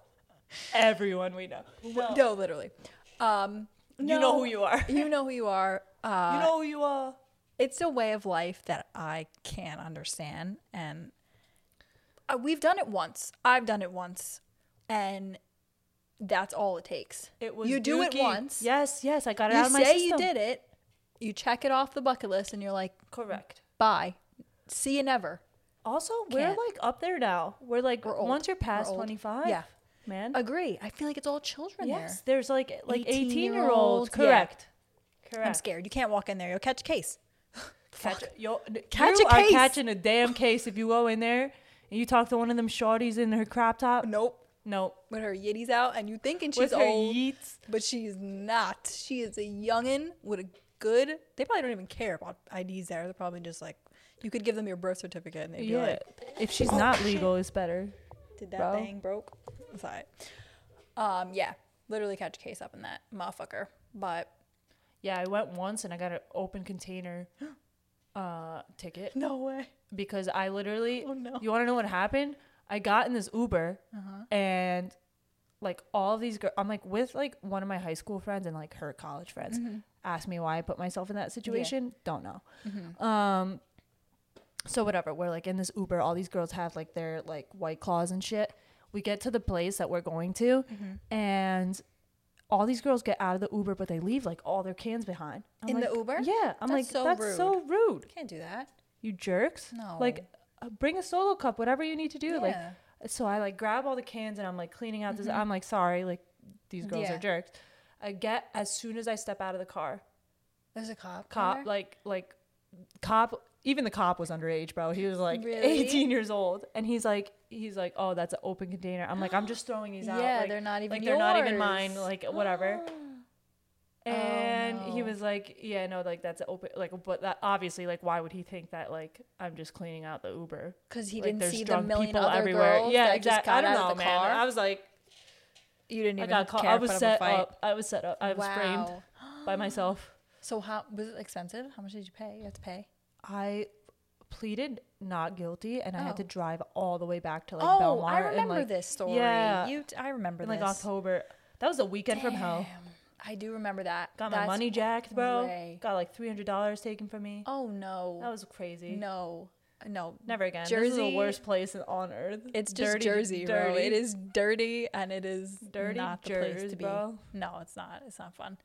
D: everyone we know. No.
C: no literally. Um,
D: You know who you are.
C: you know who you are. Uh,
D: you know who you are.
C: it's a way of life that I can't understand, and uh, we've done it once. I've done it once, and that's all it takes.
D: It was
C: you do
D: Dookie.
C: it once.
D: Yes, yes, I got it
C: You
D: out of my
C: say you
D: system.
C: did it. You check it off the bucket list, and you're like,
D: Correct.
C: bye. See you never.
D: Also,
C: Can't.
D: we're like up there now. We're like
C: We're old.
D: once you're past
C: We're old.
D: twenty five.
C: Yeah.
D: Man.
C: Agree. I feel like it's all children there.
D: Yes, there's like like
C: 18
D: eighteen
C: year
D: year olds.
C: olds, yeah.
D: Correct. Correct.
C: I'm scared. You can't walk in there. You'll catch a case.
D: Catch, yo, n-
C: Catch
D: you
C: a
D: are
C: case.
D: catching a damn case if you go in there and you talk to one of them shorties in her crop top.
C: Nope.
D: No,
C: With her yitties out, and you thinking she's
D: with her
C: old,
D: yeets.
C: but she's not. She is a youngin with a good. They probably don't even care about IDs there. They're probably just like, you could give them your birth certificate, and they'd be
D: Yeah,
C: like,
D: if she's not legal, it's better.
C: "Did that
D: Bro.
C: thing broke?" Sorry. Um. Yeah. Literally catch a case up in that motherfucker. But
D: Yeah, I went once and I got an open container [gasps] uh ticket
C: no [laughs] way.
D: because I literally.
C: Oh, no.
D: You want to know what happened? I got in this Uber
C: Uh-huh.
D: and like all of these girls, I'm like with like one of my high school friends and like her college
C: Mm-hmm.
D: friends. Ask me why I put myself in that situation. Don't know.
C: Mm-hmm.
D: Um, so whatever. We're like in this Uber. All these girls have like their like white claws and shit. We get to the place that we're going to, and all these girls get out of the Uber, but they leave like all their cans behind. I'm
C: In the
D: like,
C: Uber?
D: Yeah. I'm
C: That's
D: like,
C: so
D: that's so rude.
C: Can't do that.
D: You jerks. Like, uh, bring a solo cup, whatever you need to do. Like,
C: Oh. Yeah. Mm-hmm.
D: so I like grab all the cans and I'm like cleaning out this. I'm like, sorry, like these girls
C: Yeah.
D: are jerks. I get as soon as I step out of the car,
C: There's a cop.
D: cop, like, like, cop. Even the cop was underage, bro. He was like
C: Really?
D: 18 years old, and he's like, he's like, oh, that's an open container. I'm like, I'm just throwing these out.
C: Yeah,
D: like-
C: they're not
D: like
C: even
D: they're not even mine.
C: yours. Oh,
D: Like
C: [gasps]
D: whatever. [gasps] And he
C: no.
D: was like, yeah, no, like that's an open, like, but that obviously, like, why would he think that, like I'm just cleaning out the Uber?
C: Because he
D: Like,
C: didn't
D: there's
C: see the
D: drunk
C: million
D: people
C: other girls
D: yeah,
C: that just
D: exactly.
C: got
D: I don't
C: out
D: know,
C: of the
D: man.
C: car.
D: I was like,
C: you didn't
D: I
C: even
D: got caught.
C: care.
D: I was
C: put up.
D: set
C: A fight.
D: up. I was set up. I was framed by myself.
C: So how was it expensive? How much did you pay? You had to pay.
D: I pleaded not guilty, and I had to
C: Oh.
D: drive all the way back to like
C: oh,
D: Belmar.
C: I remember
D: and, like,
C: this story.
D: Yeah,
C: you. T- I remember
D: in
C: this.
D: like October. That was a weekend from hell.
C: Damn. I do remember that.
D: Got my
C: That's-
D: money jacked, bro.
C: way.
D: Oh. Got like three hundred dollars taken from me.
C: Oh no.
D: That was crazy.
C: no. no,
D: Never again. This is
C: Jersey-
D: the worst place on earth.
C: it's just
D: Dirty-
C: Jersey, bro.
D: dirty.
C: It is dirty and it is
D: Dirty
C: not the place
D: Jersey,
C: to be.
D: bro.
C: No, it's not. It's not fun.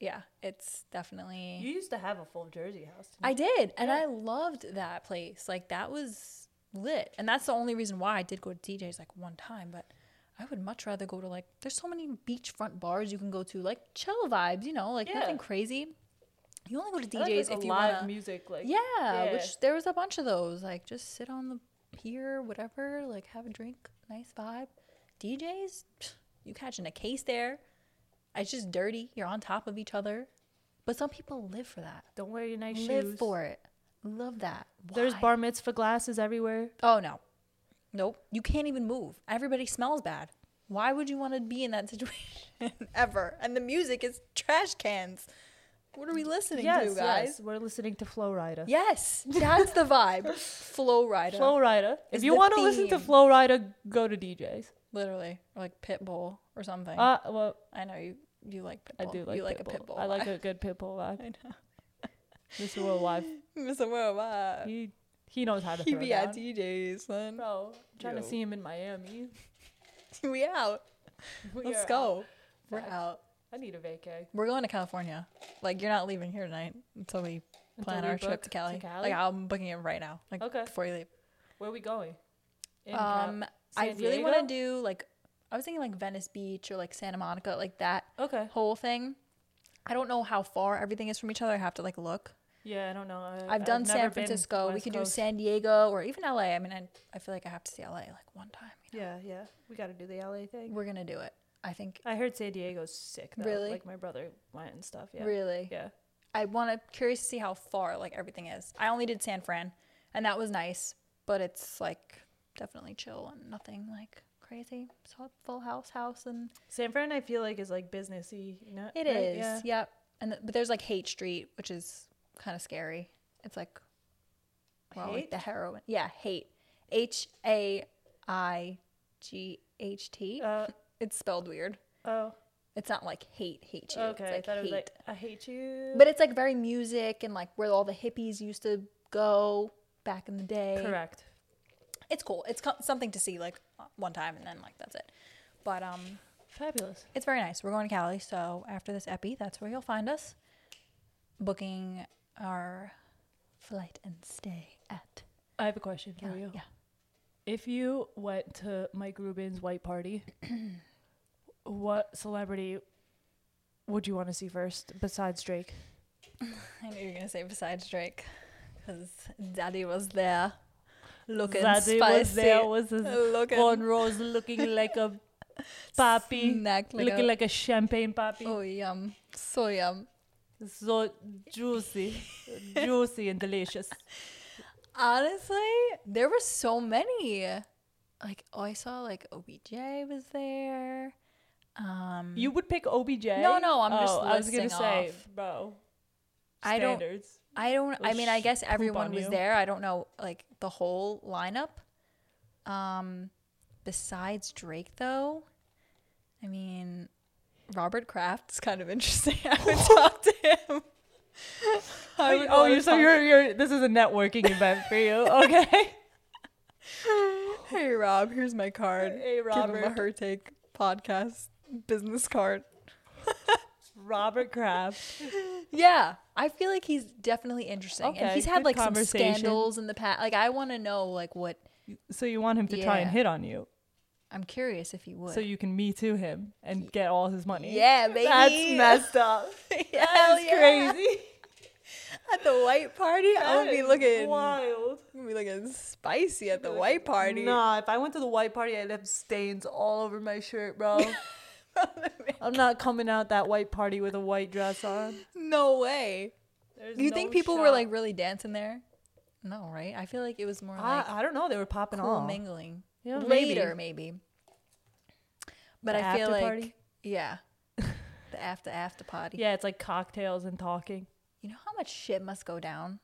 C: Yeah, it's definitely.
D: You used to have a full Jersey house. didn't
C: I did, and
D: Yeah.
C: I loved that place. Like that was lit, and that's the only reason why I did go to DJ's like one time. But I would much rather go to like there's so many beachfront bars you can go to, like chill vibes, you know, like
D: Yeah.
C: nothing crazy. You only go to
D: you? I like,
C: DJ's
D: like,
C: if
D: a
C: you
D: live
C: want to.
D: music. Like
C: Yeah,
D: Yeah.
C: which there was a bunch of those. Like just sit on the pier, whatever, like have a drink, nice vibe. DJs, pfft, you catching a case there. It's just dirty. You're on top of each other. But some people live for that
D: Don't wear your nice
C: live
D: shoes.
C: for it. Love that.
D: There's
C: Why?
D: bar mitzvah glasses everywhere.
C: Oh no, nope. You can't even move. Everybody smells bad. Why would you want to be in that [laughs] situation ever? And the music is trash cans. What are we listening to, guys?
D: We're listening to Flow Rider. [laughs]
C: Yes, that's the vibe. Flow rider,
D: Flow Rider. If
C: Is
D: you
C: the
D: want to listen to
C: theme.
D: Flow Rider, go to DJ's.
C: [laughs] literally, or like Pitbull or something.
D: Uh, well,
C: I know you. You like
D: I
C: Pitbull.
D: do like
C: you like
D: Pitbull.
C: a Pitbull.
D: I like
C: vibe.
D: a good Pitbull
C: [laughs]
D: vibe.
C: I know.
D: [laughs]
C: [laughs]
D: Mr. Worldwide.
C: Mr. Worldwide.
D: He he knows how to
C: He
D: throw
C: be
D: down.
C: at DJs, son.
D: Bro, I'm trying to
C: Yo.
D: see him in Miami.
C: [laughs]
D: [laughs]
C: We out.
D: We
C: Let's
D: are out.
C: go. We're
D: Facts.
C: out.
D: I need a vacay.
C: We're going to California. Like you're not leaving here tonight until we plan
D: Until we
C: our trip
D: book
C: to Cali.
D: Cali?
C: Like I'm booking it right now. Like
D: Okay.
C: before you leave.
D: Where are we going? In Cal-
C: um I
D: San
C: really want to
D: Diego?
C: do like I was thinking like Venice Beach or like Santa Monica, like that
D: Okay.
C: whole thing. I don't know how far everything is from each other. I have to like look.
D: Yeah, I don't know. I,
C: I've done San
D: never been
C: Francisco. We
D: West
C: could do
D: Coast.
C: San Diego or even LA. I mean, I, I feel like I have to see LA like one time.
D: Yeah, yeah. We got to do the LA thing.
C: We're going to do it. I think
D: I heard San Diego's sick. Though.
C: Really?
D: Like my brother went and stuff. Yeah.
C: really.
D: Yeah.
C: I want to curious to see how far like everything is. I only did San Fran, and that was nice, but it's like definitely chill and nothing like crazy. So Full House house and
D: San Fran, I feel like is like businessy. You know?
C: it is,
D: right?
C: yep. And th- but there's like Hate Street, which is kind of scary. It's like well, like
D: Hate?
C: the heroin. Yeah, Hate. H A I G H T.
D: Uh,
C: It's spelled weird. [laughs]
D: oh,
C: It's not like hate, hate you.
D: okay.
C: It's
D: I
C: like
D: thought it was
C: hate.
D: like I hate you.
C: But it's like very music and like where all the hippies used to go back in the day.
D: Correct.
C: It's cool. It's co- something to see like one time and then like that's it. But um,
D: Fabulous.
C: it's very nice. We're going to Cali, so after this epi, that's where you'll find us. Booking our flight and stay at
D: I have a question for
C: Cali.
D: you.
C: Yeah.
D: If you went to Mike Rubin's
C: [clears throat]
D: white party, what celebrity would you want to see first besides Drake?
C: I knew you were gonna say besides Drake, because Daddy was there, looking
D: Zadie
C: spicy,
D: was there with his
C: looking
D: cornrows, looking like a poppy,
C: snack [laughs] like
D: looking
C: a-
D: like a champagne poppy.
C: oh yum, so yum.
D: So juicy, juicy and delicious.
C: Honestly, there were so many. Like oh, I saw like OBJ was there. Um,
D: You would pick OBJ?
C: No, no, I'm just
D: Oh, I was gonna
C: listing
D: say,
C: off.
D: bro.
C: I don't-
D: Standards.
C: I don't. I
D: Like,
C: mean, I
D: sh-
C: guess
D: poop
C: everyone
D: on
C: was
D: you.
C: there. I don't know like the whole lineup. Um, besides Drake, though, I mean, Robert Kraft's kind of interesting. [laughs] I would
D: [laughs]
C: talk to him. I would
D: oh,
C: wanna
D: you so
C: talk-
D: you're you're this is a [laughs] networking event for you, okay?
C: [laughs] Hey Rob, here's my card.
D: Hey,
C: Give him a
D: Robert.
C: her take podcast business card.
D: Robert Kraft.
C: Yeah, I feel like he's definitely interesting, and
D: Okay,
C: he's had
D: good
C: like some
D: conversation.
C: scandals in the past. Like, I want to know like what.
D: So you want him to try and
C: Yeah.
D: hit on you,
C: I'm curious if he would.
D: so you can me to him and get all his money.
C: yeah, baby.
D: that's
C: [laughs]
D: messed up.
C: Hell
D: That's
C: yeah.
D: crazy.
C: At the white party, I would
D: That
C: be
D: is
C: looking, I
D: wild.
C: would be looking spicy at the white party.
D: Nah, if I went to the white party, I'd have stains all over my shirt, [laughs] bro. I'm not coming out that white party with a white dress on.
C: No way.
D: There's
C: Do you think
D: no
C: people were
D: shot.
C: like really dancing there? No, right? I feel like it was more like
D: I, I don't know. They were popping
C: cool
D: off.
C: mingling.
D: Yeah, maybe.
C: Later, maybe. But
D: The
C: I feel
D: after
C: like
D: party?
C: yeah, [laughs] the after after party.
D: Yeah, it's like cocktails and talking
C: You know how much shit must go down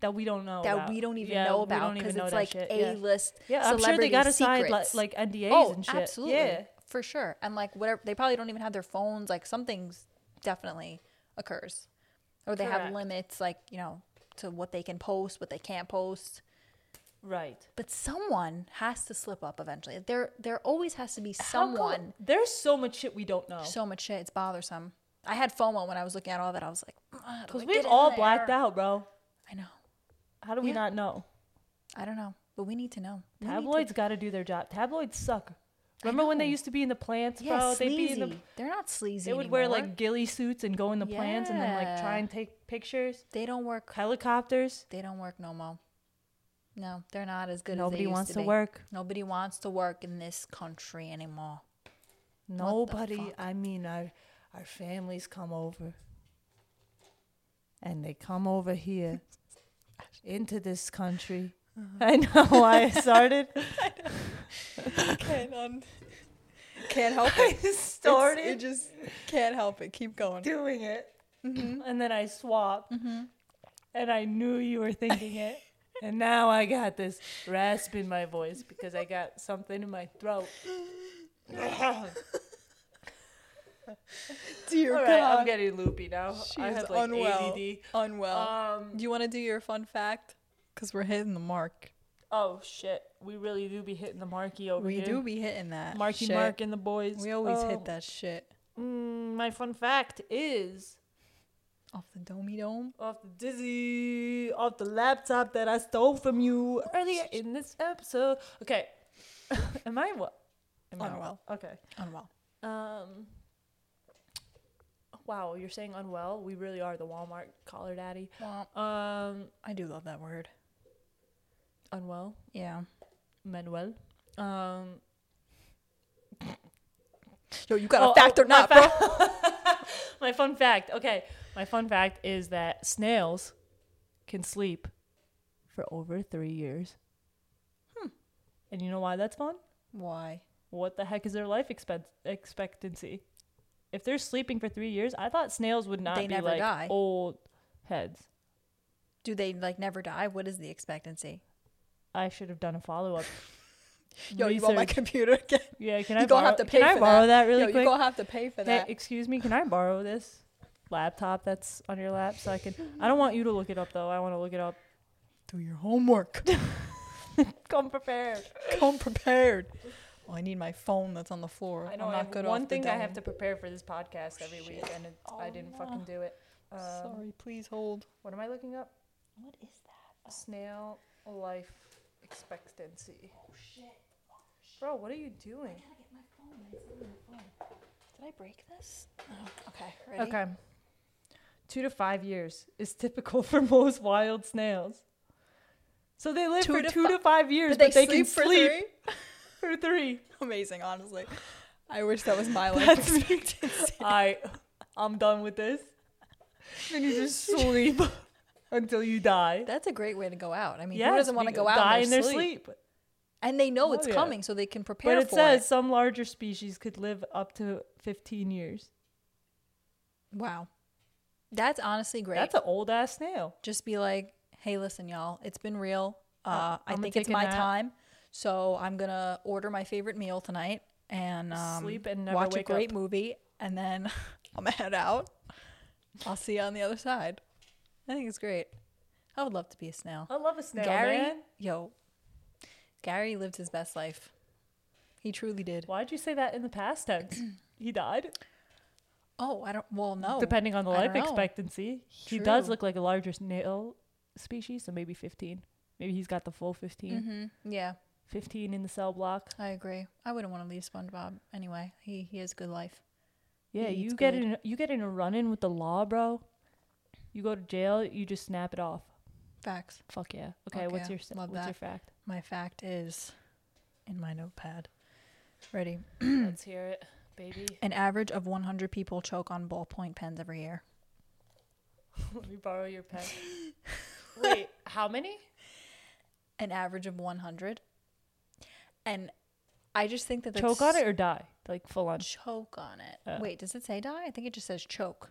D: that we don't know.
C: that
D: about.
C: we don't even
D: Oh, Yeah,
C: know
D: we don't
C: about
D: even
C: because
D: know
C: it's
D: that
C: like
D: shit, yeah.
C: A list.
D: Yeah, I'm sure they
C: celebrity
D: got to sign li-
C: secrets.
D: like NDAs
C: oh,
D: and shit.
C: absolutely,
D: Yeah.
C: for sure. And like whatever, they probably don't even have their phones. Like something's definitely occurs, or they have
D: Correct.
C: limits, like you know, to what they can post, what they can't post.
D: Right.
C: But someone has to slip up eventually. There there always has to be
D: How come-
C: someone.
D: There's so much shit we don't know.
C: So much shit. It's bothersome. I had FOMO when I was looking at all that. I was like,
D: Because we've all blacked out, bro.
C: I know.
D: How do we
C: Yeah.
D: not know?
C: I don't know. But we need to know. We need to-
D: Tabloids got to do their job. Tabloids suck. Remember when they
C: know.
D: used to be in the plants,
C: Yeah,
D: bro?
C: sleazy.
D: They'd be in the
C: They're not sleazy.
D: They would wear
C: anymore.
D: like ghillie suits and go in the plants and then like
C: Yeah.
D: try and take pictures.
C: they don't work.
D: Helicopters.
C: They don't work no more. No, they're not as good as they
D: Nobody
C: used
D: wants
C: to,
D: to
C: be.
D: work.
C: Nobody wants to work in this country anymore.
D: Nobody.
C: fuck?
D: I mean, our our families come over, and they come
C: [laughs]
D: over here into this country.
C: Uh-huh.
D: I know why
C: [laughs]
D: I started.
E: Can't, un- [laughs] can't help it.
D: started
E: [laughs] It's- it just can't help it. Keep going.
D: doing it,
E: Mm-hmm.
D: and then I swapped, and I knew you were thinking it.
E: [laughs]
D: And now I got this rasp in my voice because I got something in my
E: [laughs]
D: throat.
E: Dear
D: All right, I'm getting loopy now.
E: She
D: I
E: is
D: have like
E: unwell.
D: ADD.
E: Unwell.
D: Um,
E: do you want to do your fun fact? Because we're hitting the mark.
D: oh shit, we really do be hitting the Marky over
E: We
D: here.
E: do be hitting that.
D: Oh, Marky
E: shit.
D: Mark and the boys.
E: We always
D: Um,
E: hit that shit
D: Mm, my fun fact is
E: off the domey dome.
D: off the dizzy, off the laptop that I stole from you earlier in this episode. Okay, [laughs] am I what? Am I
E: Unwell.
D: Oh, Okay.
E: Unwell.
D: Um. Wow, you're saying unwell. We really are the Walmart collar daddy.
E: Womp.
D: Um,
E: I do love that word.
D: unwell.
E: Yeah.
D: Manuel. Um,
E: Yo, you got
D: Oh, oh,
E: a factor
D: my
E: not, bro.
D: [laughs] my fun fact. Okay, my fun fact is that snails can sleep for over three years. Hmm. And you know why that's fun?
E: Why?
D: What the heck is their life expect- expectancy? If they're sleeping for three years, I thought snails would not
C: They
D: be
C: never
D: like
C: die.
D: old heads.
C: Do they like never die? What is the expectancy?
D: I should have done a follow up.
E: [laughs] Yo, you want my computer again?
D: yeah, can
E: you gonna
D: I borrow,
E: have to pay
D: can I
E: for
D: borrow
E: that.
D: that, really
E: Yo,
D: quick?
E: you gonna have to pay for
D: Hey,
E: that.
D: excuse me, can I borrow this laptop that's on your lap so I can? I don't want you to look it up though. I want to look it up. [laughs]
E: Do your [laughs] homework.
D: Come prepared.
E: Come prepared. Oh, I need my phone that's on the floor.
D: I know.
E: I'm
D: I
E: not
D: have
E: good
D: one
E: off
D: thing
E: the
D: I have
E: dome. Oh,
D: to prepare for this podcast every week, and it, I didn't fucking do it. Um,
E: Sorry, please hold.
D: What am I looking up? What is that? Snail life expectancy. Oh shit. Bro, what are you doing?
C: Did I break this? Oh, okay.
D: Okay. Two to five years is typical for most wild snails. So they live
E: Two
D: for
E: to
D: two
E: fi-
D: to five years,
E: Did
D: but
E: they,
D: they
E: sleep
D: can
E: for
D: sleep
E: three?
D: for three.
E: [laughs] Amazing, honestly. I wish that was [laughs] my life
D: That's
E: expectancy.
D: I, I'm done with this. Then you just sleep until you die.
C: That's a great way to go out. I mean,
D: Yeah,
C: who doesn't want to go out
D: die
C: in their, sleep? And they know
D: Oh,
C: it's
D: yeah.
C: coming, so they can prepare
D: But it
C: for
D: says some larger species could live up to 15 years.
C: it. Wow, that's honestly great.
D: That's an old ass snail.
C: Just be like, hey, listen, y'all, it's been real. Uh, I
D: I'ma
C: think it's
D: take a
C: my
D: nap.
C: time, so I'm gonna order my favorite meal tonight and um,
D: Sleep and never
C: watch
D: wake
C: a great
D: up.
C: movie, and then [laughs] I'm gonna head out. I'll see you on the other side. I think it's great. I would love to be a snail.
D: I love a snail,
C: Gary,
D: man.
C: yo, Gary lived his best life. He truly did.
D: Why'd you say that in the past
C: [clears throat]
D: tense? he died.
C: Oh, I don't. Well, no.
D: Depending on the
C: I
D: life
C: don't know.
D: expectancy, he does
C: True.
D: look like a larger snail species, so maybe 15. Maybe he's got the full 15.
C: Mm-hmm. Yeah,
D: 15 in the cell block.
C: I agree. I wouldn't want to leave SpongeBob anyway. He he has a good life.
D: Yeah,
C: He eats
D: you get
C: good.
D: in you get in a run in with the law, bro. You go to jail, you just snap it off.
C: Facts.
D: Fuck yeah. Okay,
C: Fuck
D: what's
C: yeah.
D: your s-
C: Love
D: what's your
C: that. [clears throat]
D: fact?
C: My fact is in my notepad. Ready.
D: Let's hear it, baby. [laughs]
C: An average of 100 people choke on ballpoint pens every year.
D: Let me borrow
C: [laughs]
D: your pen. Wait, how many?
C: An average of 100. And I just think that that's
D: Choke on it or die? Like full on.
C: Choke on it.
D: Oh.
C: Wait, does it say die? I think it just says choke.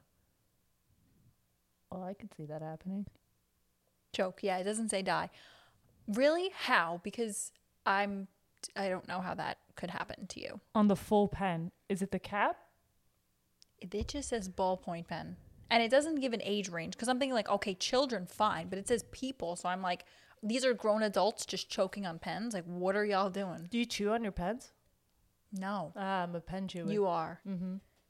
C: oh,
D: Well, I could see that happening.
C: Choke. Yeah, it doesn't say die. Really? How? Because I'm I don't know how that could happen to you.
D: On the full pen. Is it the cap?
C: It it just says ballpoint pen. And it doesn't give an age range because I'm thinking like, okay, children, fine, but it says people, so I'm like, These are grown adults just choking on pens. Like, what are y'all doing?
D: Do you chew on your pens?
C: No,
D: Ah, I'm a pen chewer.
C: you are.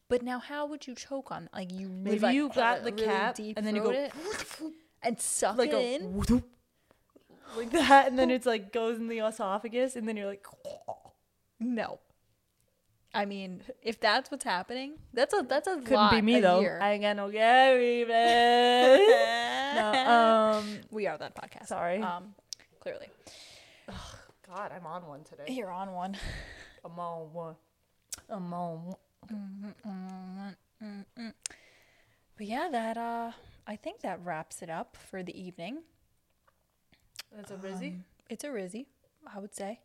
C: But now, how would you choke on? Like, you
D: Mm-hmm. Maybe
C: like, uh,
D: you got the
C: really
D: cap
C: deep
D: and then you
C: throat
D: go
C: it [laughs] and suck
D: like
C: it
D: a
C: in.
D: whoop, like that, and then it's like goes in the esophagus, and then you're like,
C: No. I mean, if that's what's happening, that's a that's a
D: couldn't
C: lot
D: be me
C: a
D: though.
C: year.
D: I ain't got no Gary,
C: [laughs]
D: man. no, [laughs] um,
C: we are that podcast.
D: Sorry.
C: Um, clearly,
D: Uh, God, I'm on one today.
C: you're on one.
D: I'm on one. I'm on. One.
C: Mm-hmm, But yeah, that uh, I think that wraps it up for the evening.
D: That's a Rizzy.
C: It's a rizzy, I would say.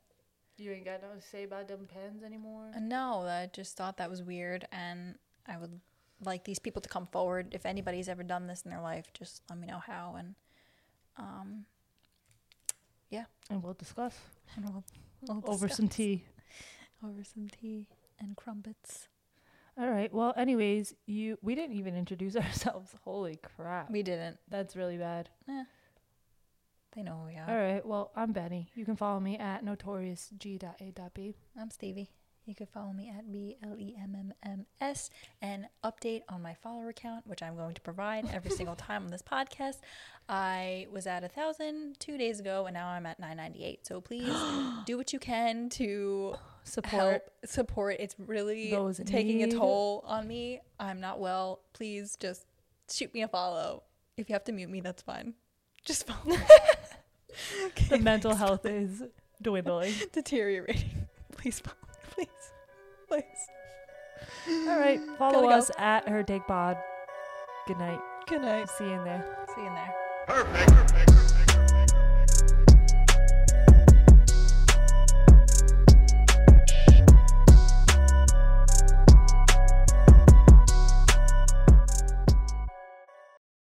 D: you ain't got nothing to say about them pens anymore.
C: Uh, No, I just thought that was weird, and I would like these people to come forward. If anybody's ever done this in their life, just let me know how, and um, yeah,
D: And we'll discuss
C: and we'll, we'll
D: over
C: discuss.
D: some tea.
C: over some tea and crumpets.
D: All right. Well, anyways, you we didn't even introduce [laughs] ourselves. Holy crap.
C: We didn't.
D: That's really bad.
C: They know who we are.
D: All right. Well, I'm Benny. You can follow me at notoriousg.a.b.
C: I'm Stevie. You can follow me at B L E M M M S and update on my follower count, which I'm going to provide
D: [laughs]
C: every single time on this podcast. I was at a thousand two days ago, and now I'm at 998. So
D: [gasps]
C: please do what you can to
D: Support.
C: help support. It's really
D: Those in
C: taking a
D: need.
C: toll on me. I'm not well. Please just shoot me a follow. If you have to mute me, that's fine. Just [laughs] follow.
D: [laughs] The mental health is dwindling.
C: deteriorating. [laughs] Please, follow. please, please.
D: All right. Follow
C: go.
D: us at her take pod. Good night.
C: Good night.
D: See you in there.
C: See you in there.
A: Perfect.